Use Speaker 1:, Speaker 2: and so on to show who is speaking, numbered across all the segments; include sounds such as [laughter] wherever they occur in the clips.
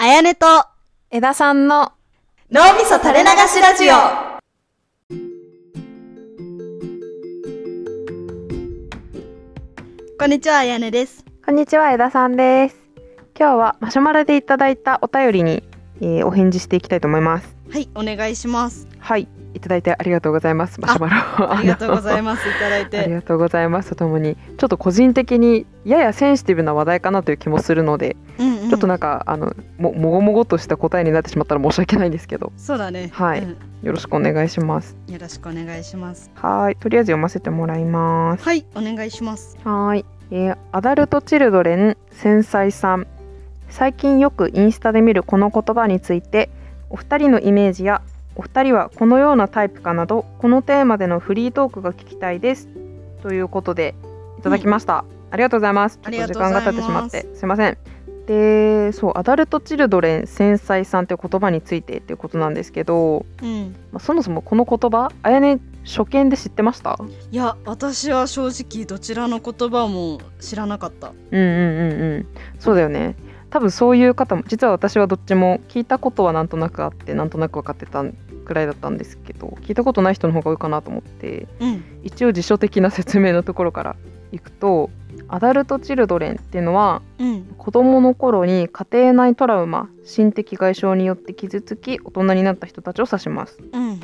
Speaker 1: やねと、
Speaker 2: 枝さんの
Speaker 1: 脳みそ垂れ流しラジオ。こんにちは、あやねです。
Speaker 2: こんにちは枝さんです今日はマシュマロでいただいたお便りに、えーお返事していきたいと思います
Speaker 1: はい、お願いします。
Speaker 2: はいいただいてありがとうございますマシュマロ
Speaker 1: ありがとうござい
Speaker 2: ま
Speaker 1: ます。いただい
Speaker 2: あり
Speaker 1: て。
Speaker 2: がとうございますとともにちょっと個人的にややセンシティブな話題かなという気もするので、
Speaker 1: うんうん
Speaker 2: ちょっとなんかあのももごもごとした答えになってしまったら申し訳ないんですけど
Speaker 1: そうだね。
Speaker 2: はい
Speaker 1: うん
Speaker 2: よろしくお願いします
Speaker 1: よろしくお願いします。
Speaker 2: はいとりあえず読ませてもらいます
Speaker 1: はい、お願いします。
Speaker 2: はい、えーアダルトチルドレン繊細さん最近よくインスタで見るこの言葉についてお二人のイメージやお二人はこのようなタイプかなどこのテーマでのフリートークが聞きたいですということでいただきました、ありがとうございますちょっと時間が経ってしまっ
Speaker 1: あ
Speaker 2: てすいませんでそうアダルトチルドレン繊細さんという言葉についてっていうことなんですけど、
Speaker 1: うん。
Speaker 2: まあ、そもそもこの言葉あやね初見で知ってました
Speaker 1: いや、私は正直どちらの言葉も知らなかった。
Speaker 2: うんうんうんうんそうだよね多分そういう方も実は私はどっちも聞いたことはなんとなくあってなんとなく分かってたくらいだったんですけど聞いたことない人の方が多いかなと思って
Speaker 1: うん。
Speaker 2: 一応辞書的な説明のところからいくとアダルト・チルドレンっていうのは
Speaker 1: うん。
Speaker 2: 子どもの頃に家庭内トラウマ心的外傷によって傷つき大人になった人たちを指します
Speaker 1: うん。うん。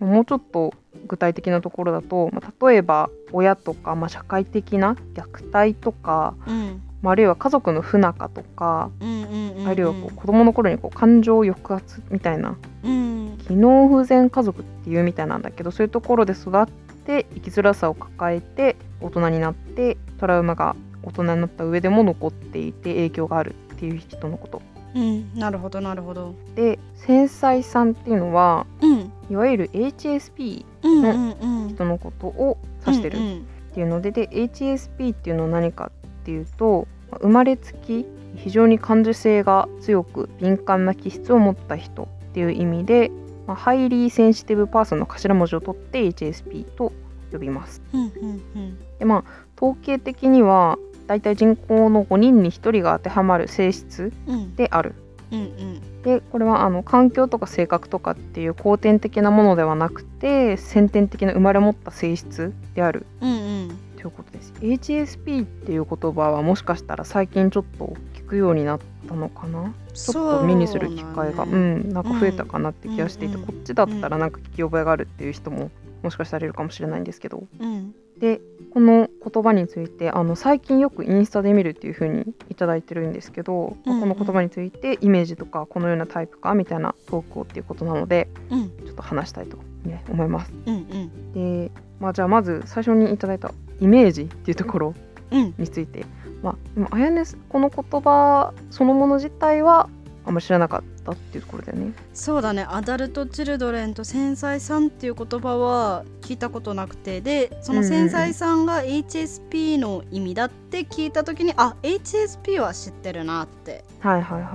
Speaker 1: うん。
Speaker 2: もうちょっと具体的なところだと、まあ例えば親とか、まあ社会的な虐待とか
Speaker 1: うん。
Speaker 2: まあ、あるいは家族の不仲とか、
Speaker 1: うん。うん。うん。
Speaker 2: あるいはこう子供の頃にこう感情抑圧みたいな
Speaker 1: うん。
Speaker 2: 機能不全家族っていうみたいなんだけどそういうところで育って生きづらさを抱えて大人になってトラウマが大人になった上でも残っていて影響があるっていう人のこと
Speaker 1: うん。なるほど、なるほど。
Speaker 2: で繊細さんっていうのは
Speaker 1: うん。
Speaker 2: いわゆる HSP
Speaker 1: うん。うん。うん。
Speaker 2: 人のことを指してる
Speaker 1: うん
Speaker 2: っ
Speaker 1: うん
Speaker 2: ていうので,、で HSP っていうのは何かっていうとまあ生まれつき非常に感受性が強く敏感な気質を持った人っていう意味で、まあハイリーセンシティブパーソンの頭文字を取って HSP と呼びます。
Speaker 1: うんうんうん
Speaker 2: でまあ統計的にはだいたい人口の5人に1人が当てはまる性質
Speaker 1: うん
Speaker 2: である。
Speaker 1: うんうん
Speaker 2: でこれはあの環境とか性格とかっていう後天的なものではなくて先天的な生まれ持った性質である
Speaker 1: うん
Speaker 2: ということです HSP っていう言葉はもしかしたら最近ちょっと聞くようになったのかなちょっと目にする機会がう,、
Speaker 1: うん
Speaker 2: んなんか増えたかなって気がしていて、
Speaker 1: うんうん
Speaker 2: こっちだったらなんか聞き覚えがあるっていう人ももしかしたらいるかもしれないんですけど
Speaker 1: うん
Speaker 2: でこの言葉についてあの最近よくインスタで見るっていう風にいただいてるんですけど、まあ
Speaker 1: うんうん
Speaker 2: この言葉についてイメージとかこのようなタイプかみたいなトークをっていうことなので
Speaker 1: うん
Speaker 2: ちょっと話したいと、ね、思います。
Speaker 1: うん
Speaker 2: でまあ、じゃあまず最初にいただいたイメージっていうところ
Speaker 1: うん
Speaker 2: について、まあ、でもあやねこの言葉そのもの自体はあんまり知らなかったっていうところだよね。
Speaker 1: そうだねアダルト・チルドレンと繊細さんっていう言葉は聞いたことなくてでその繊細さんが HSP の意味だって聞いた時にあ HSP は知ってるなって
Speaker 2: はいはいは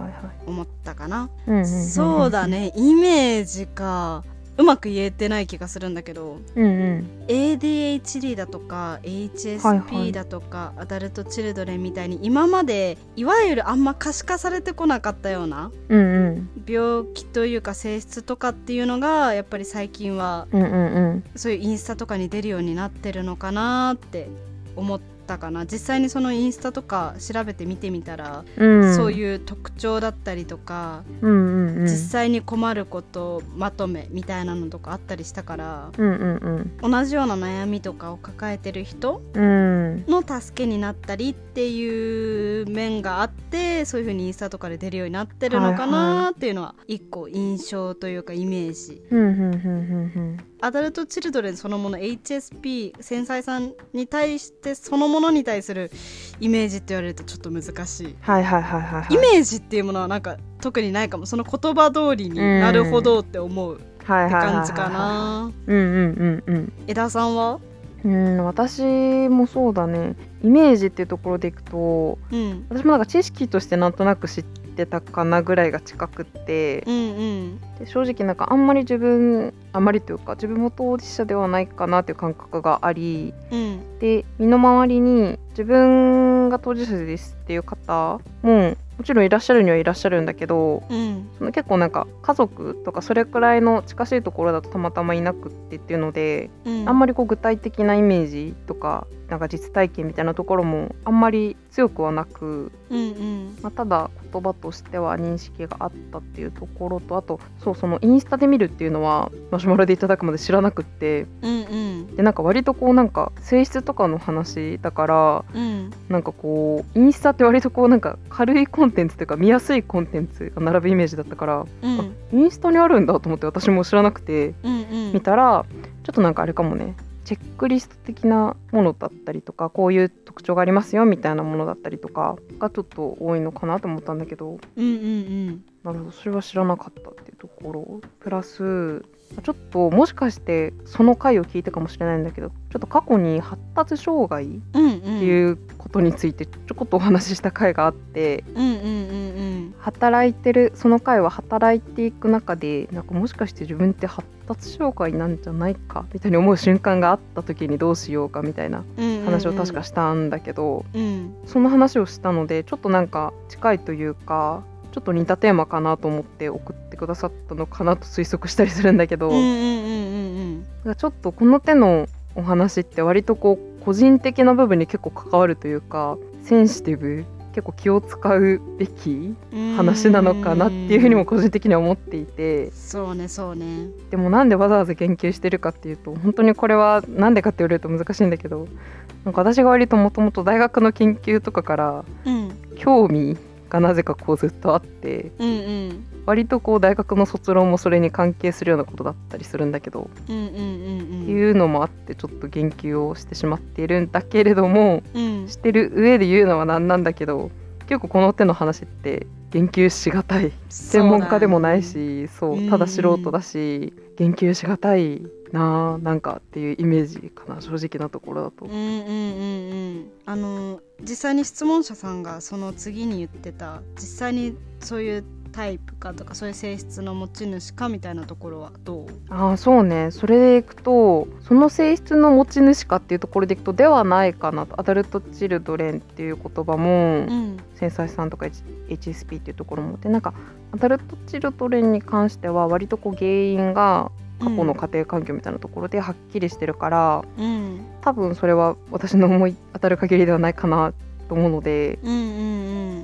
Speaker 2: い
Speaker 1: 思ったかな
Speaker 2: はい。
Speaker 1: そうだ
Speaker 2: ね。
Speaker 1: ねイメージかうまく言えてない気がするんだけど
Speaker 2: うんうん。
Speaker 1: ADHD だとか
Speaker 2: はいは
Speaker 1: HSP
Speaker 2: い
Speaker 1: だとか、アダルト・チルドレンみたいに今までいわゆるあんま可視化されてこなかったような
Speaker 2: うんうん。
Speaker 1: 病気というか性質とかっていうのがやっぱり最近は
Speaker 2: うんうんうん。
Speaker 1: そういうインスタとかに出るようになってるのかなって思ったかな実際にそのインスタとか調べて見てみたら、
Speaker 2: うん、
Speaker 1: そう
Speaker 2: う。
Speaker 1: いう特徴だったりとか、
Speaker 2: うんうんうん。
Speaker 1: 実際に困ることまとめみたいなのとかあったりしたから
Speaker 2: うんうん
Speaker 1: 同じような悩みとかを抱えてる人
Speaker 2: うん。うん。
Speaker 1: の助けになったりっていう面があってそういう風にインスタとかで出るようになってるのか
Speaker 2: はいは
Speaker 1: なっていうのは一個印象というかイメージ
Speaker 2: うんうんうんうん
Speaker 1: アダルト・チルドレンそのもの HSP 繊細さんに対してそのものに対するイメージって言われるとちょっと難しい。
Speaker 2: はいはいはいはいはい。
Speaker 1: イメージっていうものはなんか特にないかもその言葉通りになるほどって思うって
Speaker 2: はいはいはいはい
Speaker 1: 感じか。な
Speaker 2: うんうんうんうん。
Speaker 1: 枝さんは
Speaker 2: うん、私もそうだね。イメージっていうところでいくと、
Speaker 1: うん
Speaker 2: 私もなんか知識としてなんとなく知ってたかなぐらいが近くって、
Speaker 1: うんうん
Speaker 2: で正直なんかあんまり自分あんまりというか自分も当事者ではないかなという感覚があり
Speaker 1: うん
Speaker 2: で身の回りに自分が当事者ですっていう方ももちろんいらっしゃるにはいらっしゃるんだけど
Speaker 1: うん
Speaker 2: その結構なんか家族とかそれくらいの近しいところだとたまたまいなくってっていうので
Speaker 1: うん、
Speaker 2: あんま
Speaker 1: り
Speaker 2: りこう具体的なイメージとかなんか実体験みたいなところもあんまり強くはなく、
Speaker 1: うんうん
Speaker 2: まあ、ただ言葉としては認識があったっていうところとあとそうそのインスタで見るっていうのはマシュマロでいただくまで知らなくって
Speaker 1: うんうん
Speaker 2: でなんか割とこうなんか性質とかの話だから
Speaker 1: うん
Speaker 2: なんかこうインスタって割とこうなんか軽いコンテンツというか見やすいコンテンツが並ぶイメージだったから
Speaker 1: うん
Speaker 2: インスタにあるんだと思って私も知らなくて。
Speaker 1: うんうん
Speaker 2: 見たらちょっとなんかあれかもねチェックリスト的なものだったりとかこういう特徴がありますよみたいなものだったりとかがちょっと多いのかなと思ったんだけど
Speaker 1: うんうん
Speaker 2: なるほどそれは知らなかったっていうところプラスちょっともしかしてその回を聞いてかもしれないんだけどちょっと過去に発達障害っ
Speaker 1: うんうんうん
Speaker 2: ていうことについてちょこっとお話しした回があって
Speaker 1: うんうんうんうん
Speaker 2: 働いてるその回は働いていく中でなんかもしかして自分って発達障害なんじゃないかみたいに思う瞬間があった時にどうしようかみたいな
Speaker 1: うんうん
Speaker 2: 話を確かしたんだけど、
Speaker 1: うん
Speaker 2: その話をしたのでちょっとなんか近いというかちょっと似たテーマかなと思って送ってくださったのかなと推測したりするんだけど、
Speaker 1: うんうんうんうんうん
Speaker 2: なんかちょっとこの手のお話って割とこう個人的な部分に結構関わるというかセンシティブ結構気を使うべき話なのかなっていうふうにも個人的には思っていて
Speaker 1: そうねそうね
Speaker 2: でもなんでわざわざ言及してるかっていうと本当にこれはなんでかって言われると難しいんだけどなんか私が割ともともと大学の研究とかから
Speaker 1: うん
Speaker 2: 興味がなぜかこうずっとあって
Speaker 1: うんうん
Speaker 2: 割とこう大学の卒論もそれに関係するようなことだったりするんだけど
Speaker 1: うんうんうん
Speaker 2: って
Speaker 1: うん
Speaker 2: いうのもあってちょっと言及をしてしまっているんだけれども
Speaker 1: うん
Speaker 2: してる上で言うのは何なんだけど結構この手の話って言及しがたい専門家でもないしそう,、
Speaker 1: うん
Speaker 2: ただ素人だし言及しがたいなあなんかっていうイメージかな正直なところだと
Speaker 1: うん。うんうんうんうんあの実際に質問者さんがその次に言ってた実際にそういうタイプかとかそういう性質の持ち主かみたいなところはどう
Speaker 2: ああそうねそれでいくとその性質の持ち主かっていうところでいくとではないかなとアダルト・チルドレンっていう言葉
Speaker 1: う
Speaker 2: も
Speaker 1: ん
Speaker 2: 繊細さんとか H- HSP っていうところもでなんかアダルト・チルドレンに関しては割とこう原因が過去の家庭環境みたいなところではっきりしてるから、
Speaker 1: うん
Speaker 2: 多分それは私の思い当たる限りではないかなと思うので
Speaker 1: うんう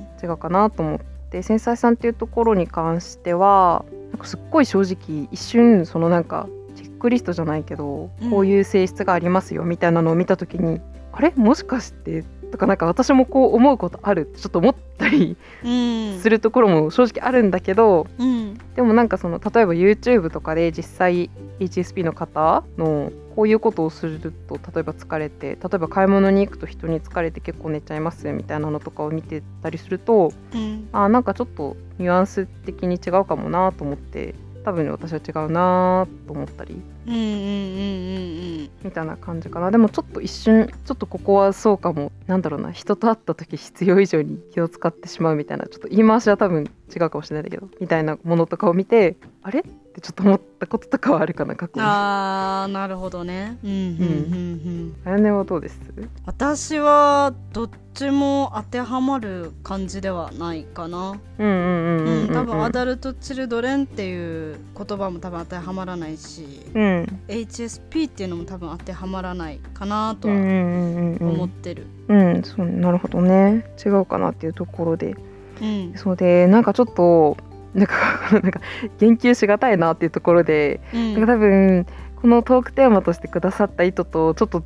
Speaker 1: ん
Speaker 2: 違うかなと思って繊細さんっていうところに関してはなんかすっごい正直一瞬そのなんかチェックリストじゃないけど、
Speaker 1: うん
Speaker 2: こういう性質がありますよみたいなのを見た時にあれもしかしてとかなんか私もこう思うことあるってちょっと思ったり
Speaker 1: うんうん
Speaker 2: するところも正直あるんだけど
Speaker 1: うん
Speaker 2: でもなんかその例えば YouTube とかで実際 HSP の方のこういうことをすると例えば疲れて例えば買い物に行くと人に疲れて結構寝ちゃいますみたいなのとかを見てたりすると
Speaker 1: うん
Speaker 2: あーなんかちょっとニュアンス的に違うかもなと思って多分私は違うなと思ったり
Speaker 1: うんうんうん
Speaker 2: みたいな感じかなでもちょっと一瞬ちょっとここはそうかもなんだろうな人と会った時必要以上に気を使ってしまうみたいなちょっと言い回しは多分違うかもしれないんだけどみたいなものとかを見てあれってちょっと思ったこととかはあるかな過去に。あ
Speaker 1: あーなるほどねうんうんうんうん
Speaker 2: やねはどうです
Speaker 1: 私はどっちも当てはまる感じではないかな、
Speaker 2: うんうんうん
Speaker 1: う
Speaker 2: うんんうん
Speaker 1: 多分アダルト・チルドレンっていう言葉も多分当てはまらないし
Speaker 2: うん、
Speaker 1: HSP っていうのも多分当てはまらないかなと
Speaker 2: うんう
Speaker 1: は
Speaker 2: んうんう
Speaker 1: 思っ
Speaker 2: ん
Speaker 1: てる。
Speaker 2: うんそうなるほどね違うかなっていうところで
Speaker 1: うん
Speaker 2: そうでなんかちょっとなんか [laughs] なんか言及しがたいなっていうところで
Speaker 1: うん
Speaker 2: なんか多分このトークテーマとしてくださった意図とちょっと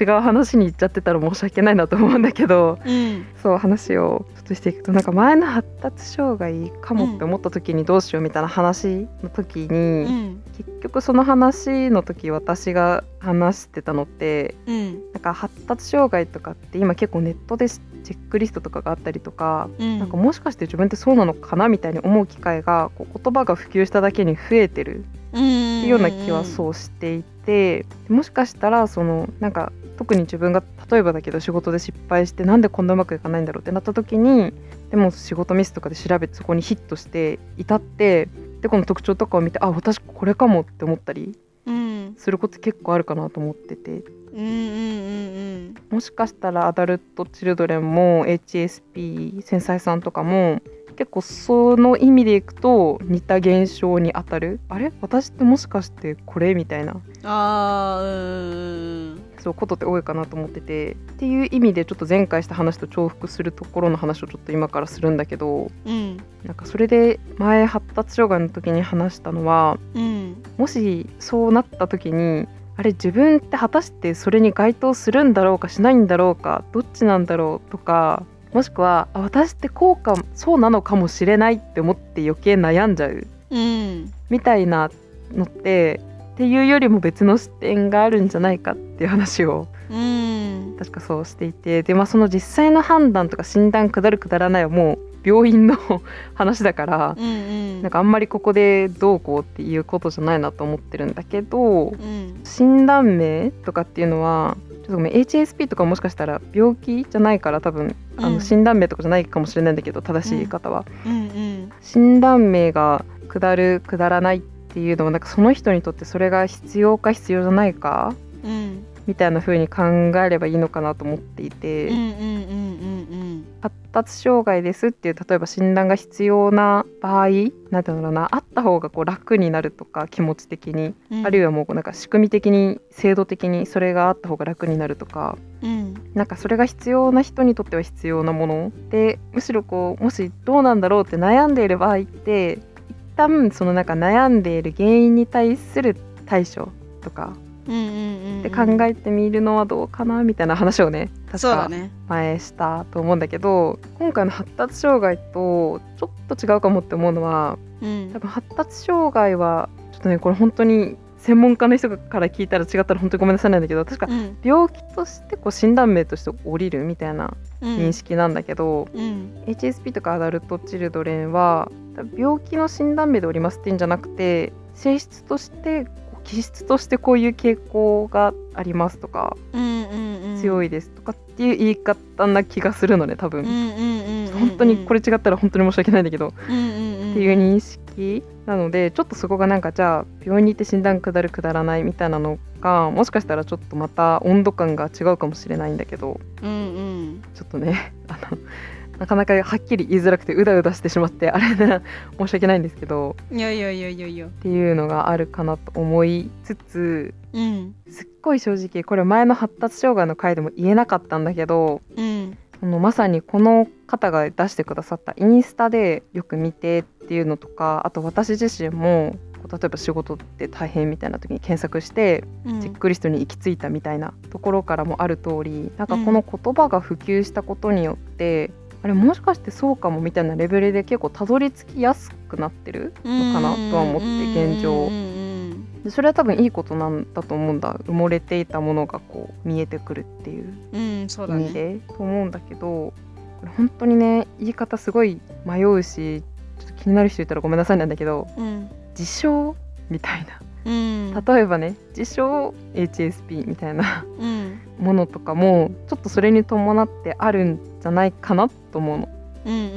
Speaker 2: 違う話に行っちゃってたら申し訳ないなと思うんだけど
Speaker 1: うん
Speaker 2: そう話をちょっとしていくとなんか前の発達障害かもって思った時にどうしようみたいな話の時に、
Speaker 1: うん
Speaker 2: 結局その話の時私が話してたのって
Speaker 1: うん
Speaker 2: なんか発達障害とかって今結構ネットでチェックリストとかがあったりとか
Speaker 1: うん
Speaker 2: なんかもしかして自分ってそうなのかなみたいに思う機会がこう言葉が普及しただけに増えてるっていうような気はそうしていてもしかしたらそのなんか特に自分が例えばだけど仕事で失敗してなんでこんなうまくいかないんだろうってなった時にでも仕事ミスとかで調べてそこにヒットして至ってでこの特徴とかを見てあ私これかもって思ったり
Speaker 1: うんうん
Speaker 2: すること結構あるかなと思ってて
Speaker 1: うんうんうんうん
Speaker 2: もしかしたらアダルト・チルドレンも HSP 繊細さんとかも結構その意味でいくと似た現象に当たるあれ私ってもしかしてこれみたいな
Speaker 1: あーうーん
Speaker 2: そうことって多いかなと思っててっていう意味でちょっと前回した話と重複するところの話をちょっと今からするんだけど
Speaker 1: うん
Speaker 2: なんかそれで前発達障害の時に話したのは
Speaker 1: うん
Speaker 2: もしそうなった時にあれ自分って果たしてそれに該当するんだろうかしないんだろうかどっちなんだろうとかもしくはあ私ってこうかそうなのかもしれないって思って余計悩んじゃう
Speaker 1: うん
Speaker 2: みたいなのってっていうよりも別の視点があるんじゃないかっていう話を
Speaker 1: うん
Speaker 2: 確かそうしていてで、まあ、その実際の判断とか診断下る下らないはもう病院の [laughs] 話だから
Speaker 1: うんうん
Speaker 2: なんかあんまりここでどうこうっていうことじゃないなと思ってるんだけど
Speaker 1: うん
Speaker 2: 診断名とかっていうのはちょっとごめん HSP とかもしかしたら病気じゃないから多分あ
Speaker 1: う
Speaker 2: の
Speaker 1: ん
Speaker 2: 診断名とかじゃないかもしれないんだけど正しい言い方は、
Speaker 1: うんうん
Speaker 2: 診断名が下る下らないっていうのはなんかその人にとってそれが必要か必要じゃないか
Speaker 1: うん
Speaker 2: みたいな風に考えればいいのかなと思っていて、
Speaker 1: うんうんうんうん
Speaker 2: 発達障害ですっていう例えば診断が必要な場合なんていうのかなあった方がこう楽になるとか気持ち的に
Speaker 1: うん
Speaker 2: あるい
Speaker 1: は
Speaker 2: はもうなんか仕組み的に制度的にそれがあった方が楽になるとか
Speaker 1: うん
Speaker 2: なんかそれが必要な人にとっては必要なものでむしろこうもしどうなんだろうって悩んでいる場合って一旦そのなんか悩んでいる原因に対する対処とか
Speaker 1: うんうんうん
Speaker 2: で考えてみるのはどうかなみたいな話をね確
Speaker 1: そうだ
Speaker 2: か
Speaker 1: ね
Speaker 2: 前したと思うんだけど今回の発達障害とちょっと違うかもって思うのは
Speaker 1: うん
Speaker 2: 多分発達障害はちょっとねこれ本当に専門家の人から聞いたら違ったら本当にごめんなさいなんだけど確か
Speaker 1: うん
Speaker 2: 病気としてこう診断名として降りるみたいな
Speaker 1: うん
Speaker 2: 認識なんだけど、
Speaker 1: うん
Speaker 2: HSP とかアダルト・チルドレンは多分病気の診断名で降りますっていうんじゃなくて性質としてこう気質としてこういう傾向がありますとか
Speaker 1: うんうんうん
Speaker 2: 強いですとかっていう言い方な気がするのね多分、
Speaker 1: うんうんうんうんうん
Speaker 2: 本当にこれ違ったら本当に申し訳ないんだけど、
Speaker 1: うんうんうん
Speaker 2: っていう認識なのでちょっとそこがなんかじゃあ病院に行って診断下る下らないみたいなのがもしかしたらちょっとまた温度感が違うかもしれないんだけど
Speaker 1: うんうん
Speaker 2: ちょっとねあのなかなかはっきり言いづらくてうだうだしてしまってあれな申し訳ないんですけど
Speaker 1: いやいやいやいやいや
Speaker 2: っていうのがあるかなと思いつつ
Speaker 1: うん
Speaker 2: すっごい正直これ前の発達障害の回でも言えなかったんだけど
Speaker 1: うん
Speaker 2: そのまさにこの方が出してくださったインスタでよく見てっていうのとかあと私自身もこう例えば仕事って大変みたいな時に検索して
Speaker 1: うん
Speaker 2: チェックリストに行き着いたみたいなところからもある通りなんかこの言葉が普及したことによって、あれもしかしてそうかもみたいなレベルで結構たどり着きやすくなってるのかなとは思って現状
Speaker 1: うんうん
Speaker 2: でそれは多分いいことなんだと思うんだ埋もれていたものがこう見えてくるっていう
Speaker 1: うんうんそうだ
Speaker 2: 意
Speaker 1: ね
Speaker 2: 味でと思うんだけどこれ本当にね言い方すごい迷うしちょっと気になる人いたらごめんなさいなんだけど
Speaker 1: うん
Speaker 2: 自称みたいな
Speaker 1: うん
Speaker 2: 例えばね自称 HSP みたいな [laughs]
Speaker 1: うん
Speaker 2: ものとかもちょっとそれに伴ってあるんじゃないかなと思うの、
Speaker 1: うんうんう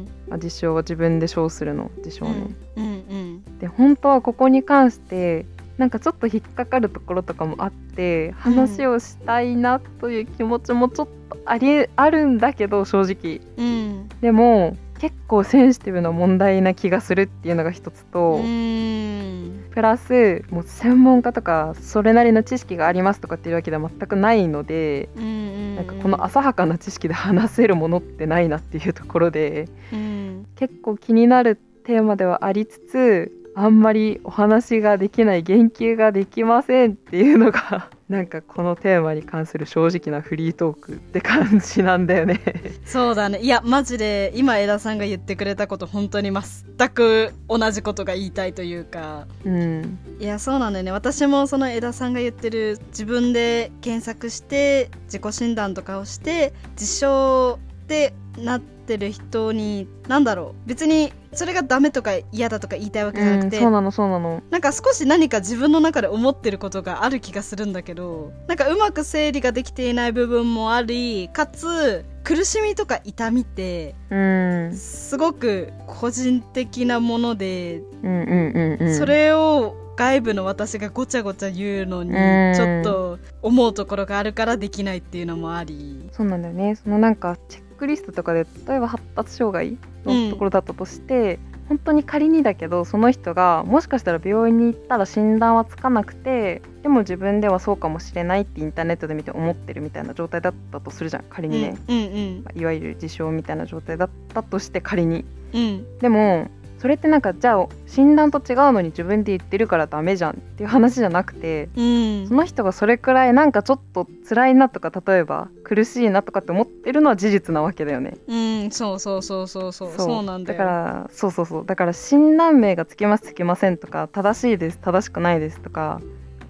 Speaker 1: ん
Speaker 2: まあ、自称は自分で称するの自称
Speaker 1: う
Speaker 2: ね、
Speaker 1: んうんうん
Speaker 2: で本当はここに関してなんかちょっと引っかかるところとかもあって話をしたいなという気持ちもちょっとありあるんだけど正直
Speaker 1: うん
Speaker 2: でも結構センシティブな問題な気がするっていうのが一つ
Speaker 1: う
Speaker 2: と、
Speaker 1: ん
Speaker 2: プラスもう専門家とかそれなりの知識がありますとかっていうわけでは全くないので、
Speaker 1: うん
Speaker 2: なんかこの浅はかな知識で話せるものってないなっていうところで
Speaker 1: うん
Speaker 2: 結構気になるテーマではありつつあんまりお話ができない言及ができませんっていうのが [laughs] なんかこのテーマに関する正直なフリートークって感じなんだよね。
Speaker 1: そうだねいやマジで今江田さんが言ってくれたこと本当に全く同じことが言いたいと [laughs] いうか
Speaker 2: うん、
Speaker 1: いやそうなんだよね私もその江田さんが言ってる自分で検索して自己診断とかをして自称ってなってる人に何だろう別にそれがダメとか嫌だとか言いたいわけじゃな
Speaker 2: う
Speaker 1: く
Speaker 2: ん、
Speaker 1: て、
Speaker 2: そうなのそうなの。
Speaker 1: なんか少し何か自分の中で思ってることがある気がするんだけどなんかうまく整理ができていない部分もありかつ苦しみとか痛みって
Speaker 2: うん、
Speaker 1: すごく個人的なもので
Speaker 2: うんうんうんうん
Speaker 1: それを外部の私がごちゃごちゃ言うのに
Speaker 2: うん
Speaker 1: ちょっと思うところがあるからできないっていうのもあり
Speaker 2: そうなんだよねそのなんかチェックリストとかで例えば発達障害のところだったとして、本当に仮にだけどその人がもしかしたら病院に行ったら診断はつかなくてでも自分ではそうかもしれないってインターネットで見て思ってるみたいな状態だったとするじゃん仮にね、
Speaker 1: うんうん
Speaker 2: まあいわゆる自傷みたいな状態だったとして仮に
Speaker 1: うんうん
Speaker 2: でもそれってなんかじゃあ診断と違うのに自分で言ってるからダメじゃんっていう話じゃなくて
Speaker 1: うん
Speaker 2: その人がそれくらいなんかちょっと辛いなとか例えば苦しいなとかって思ってるのは事実なわけだよね。
Speaker 1: うんそうそうそうそうそうそうなんだよ
Speaker 2: からそうそうそうだから診断名がつきますつきませんとか正しいです正しくないですとか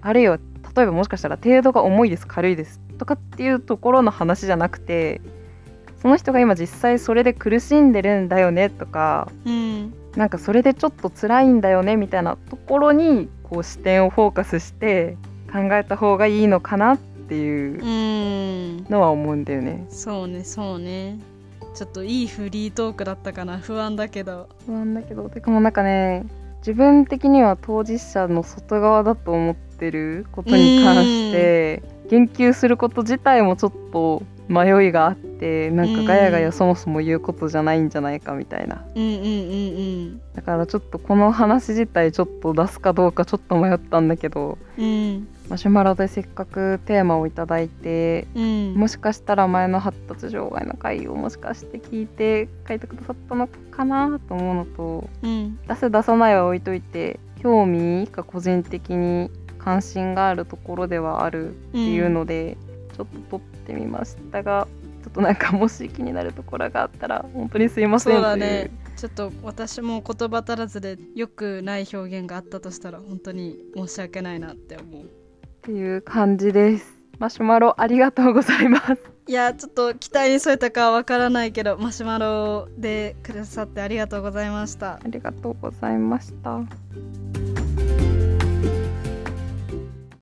Speaker 2: あるいは例えばもしかしたら程度が重いです軽いですとかっていうところの話じゃなくてその人が今実際それで苦しんでるんだよねとか
Speaker 1: うん
Speaker 2: なんかそれでちょっと辛いんだよねみたいなところにこう視点をフォーカスして考えた方がいいのかなっていう
Speaker 1: うん
Speaker 2: のは思うんだよね。
Speaker 1: そうねそうねちょっといいフリートークだったかな不安だけど
Speaker 2: 不安だけどてかもうなんかね自分的には当事者の外側だと思ってることに関して言及すること自体もちょっと迷いがあってなんかガヤガ
Speaker 1: う
Speaker 2: ヤ
Speaker 1: ん
Speaker 2: そもそも言うことじゃないんじゃないかみたいな
Speaker 1: うんうんうんうん
Speaker 2: だからちょっとこの話自体ちょっと出すかどうかちょっと迷ったんだけど
Speaker 1: うん
Speaker 2: マシュマロでせっかくテーマをいただいて
Speaker 1: うん
Speaker 2: もしかしたら前の発達障害の回をもしかして聞いて書いてくださったのかなと思うのと
Speaker 1: うん
Speaker 2: 出す出さないは置いといて興味が個人的に関心があるところではあるっていうので、ちょっと撮ってみましたがちょっとなんかもし気になるところがあったら本当にすいません
Speaker 1: そうだ
Speaker 2: とい
Speaker 1: ねちょっと私も言葉足らずでよくない表現があったとしたら本当に申し訳ないなって思う
Speaker 2: っていう感じですマシュマロありがとうございます
Speaker 1: いやちょっと期待に添えたかはわからないけどマシュマロでくださってありがとうございました
Speaker 2: ありがとうございました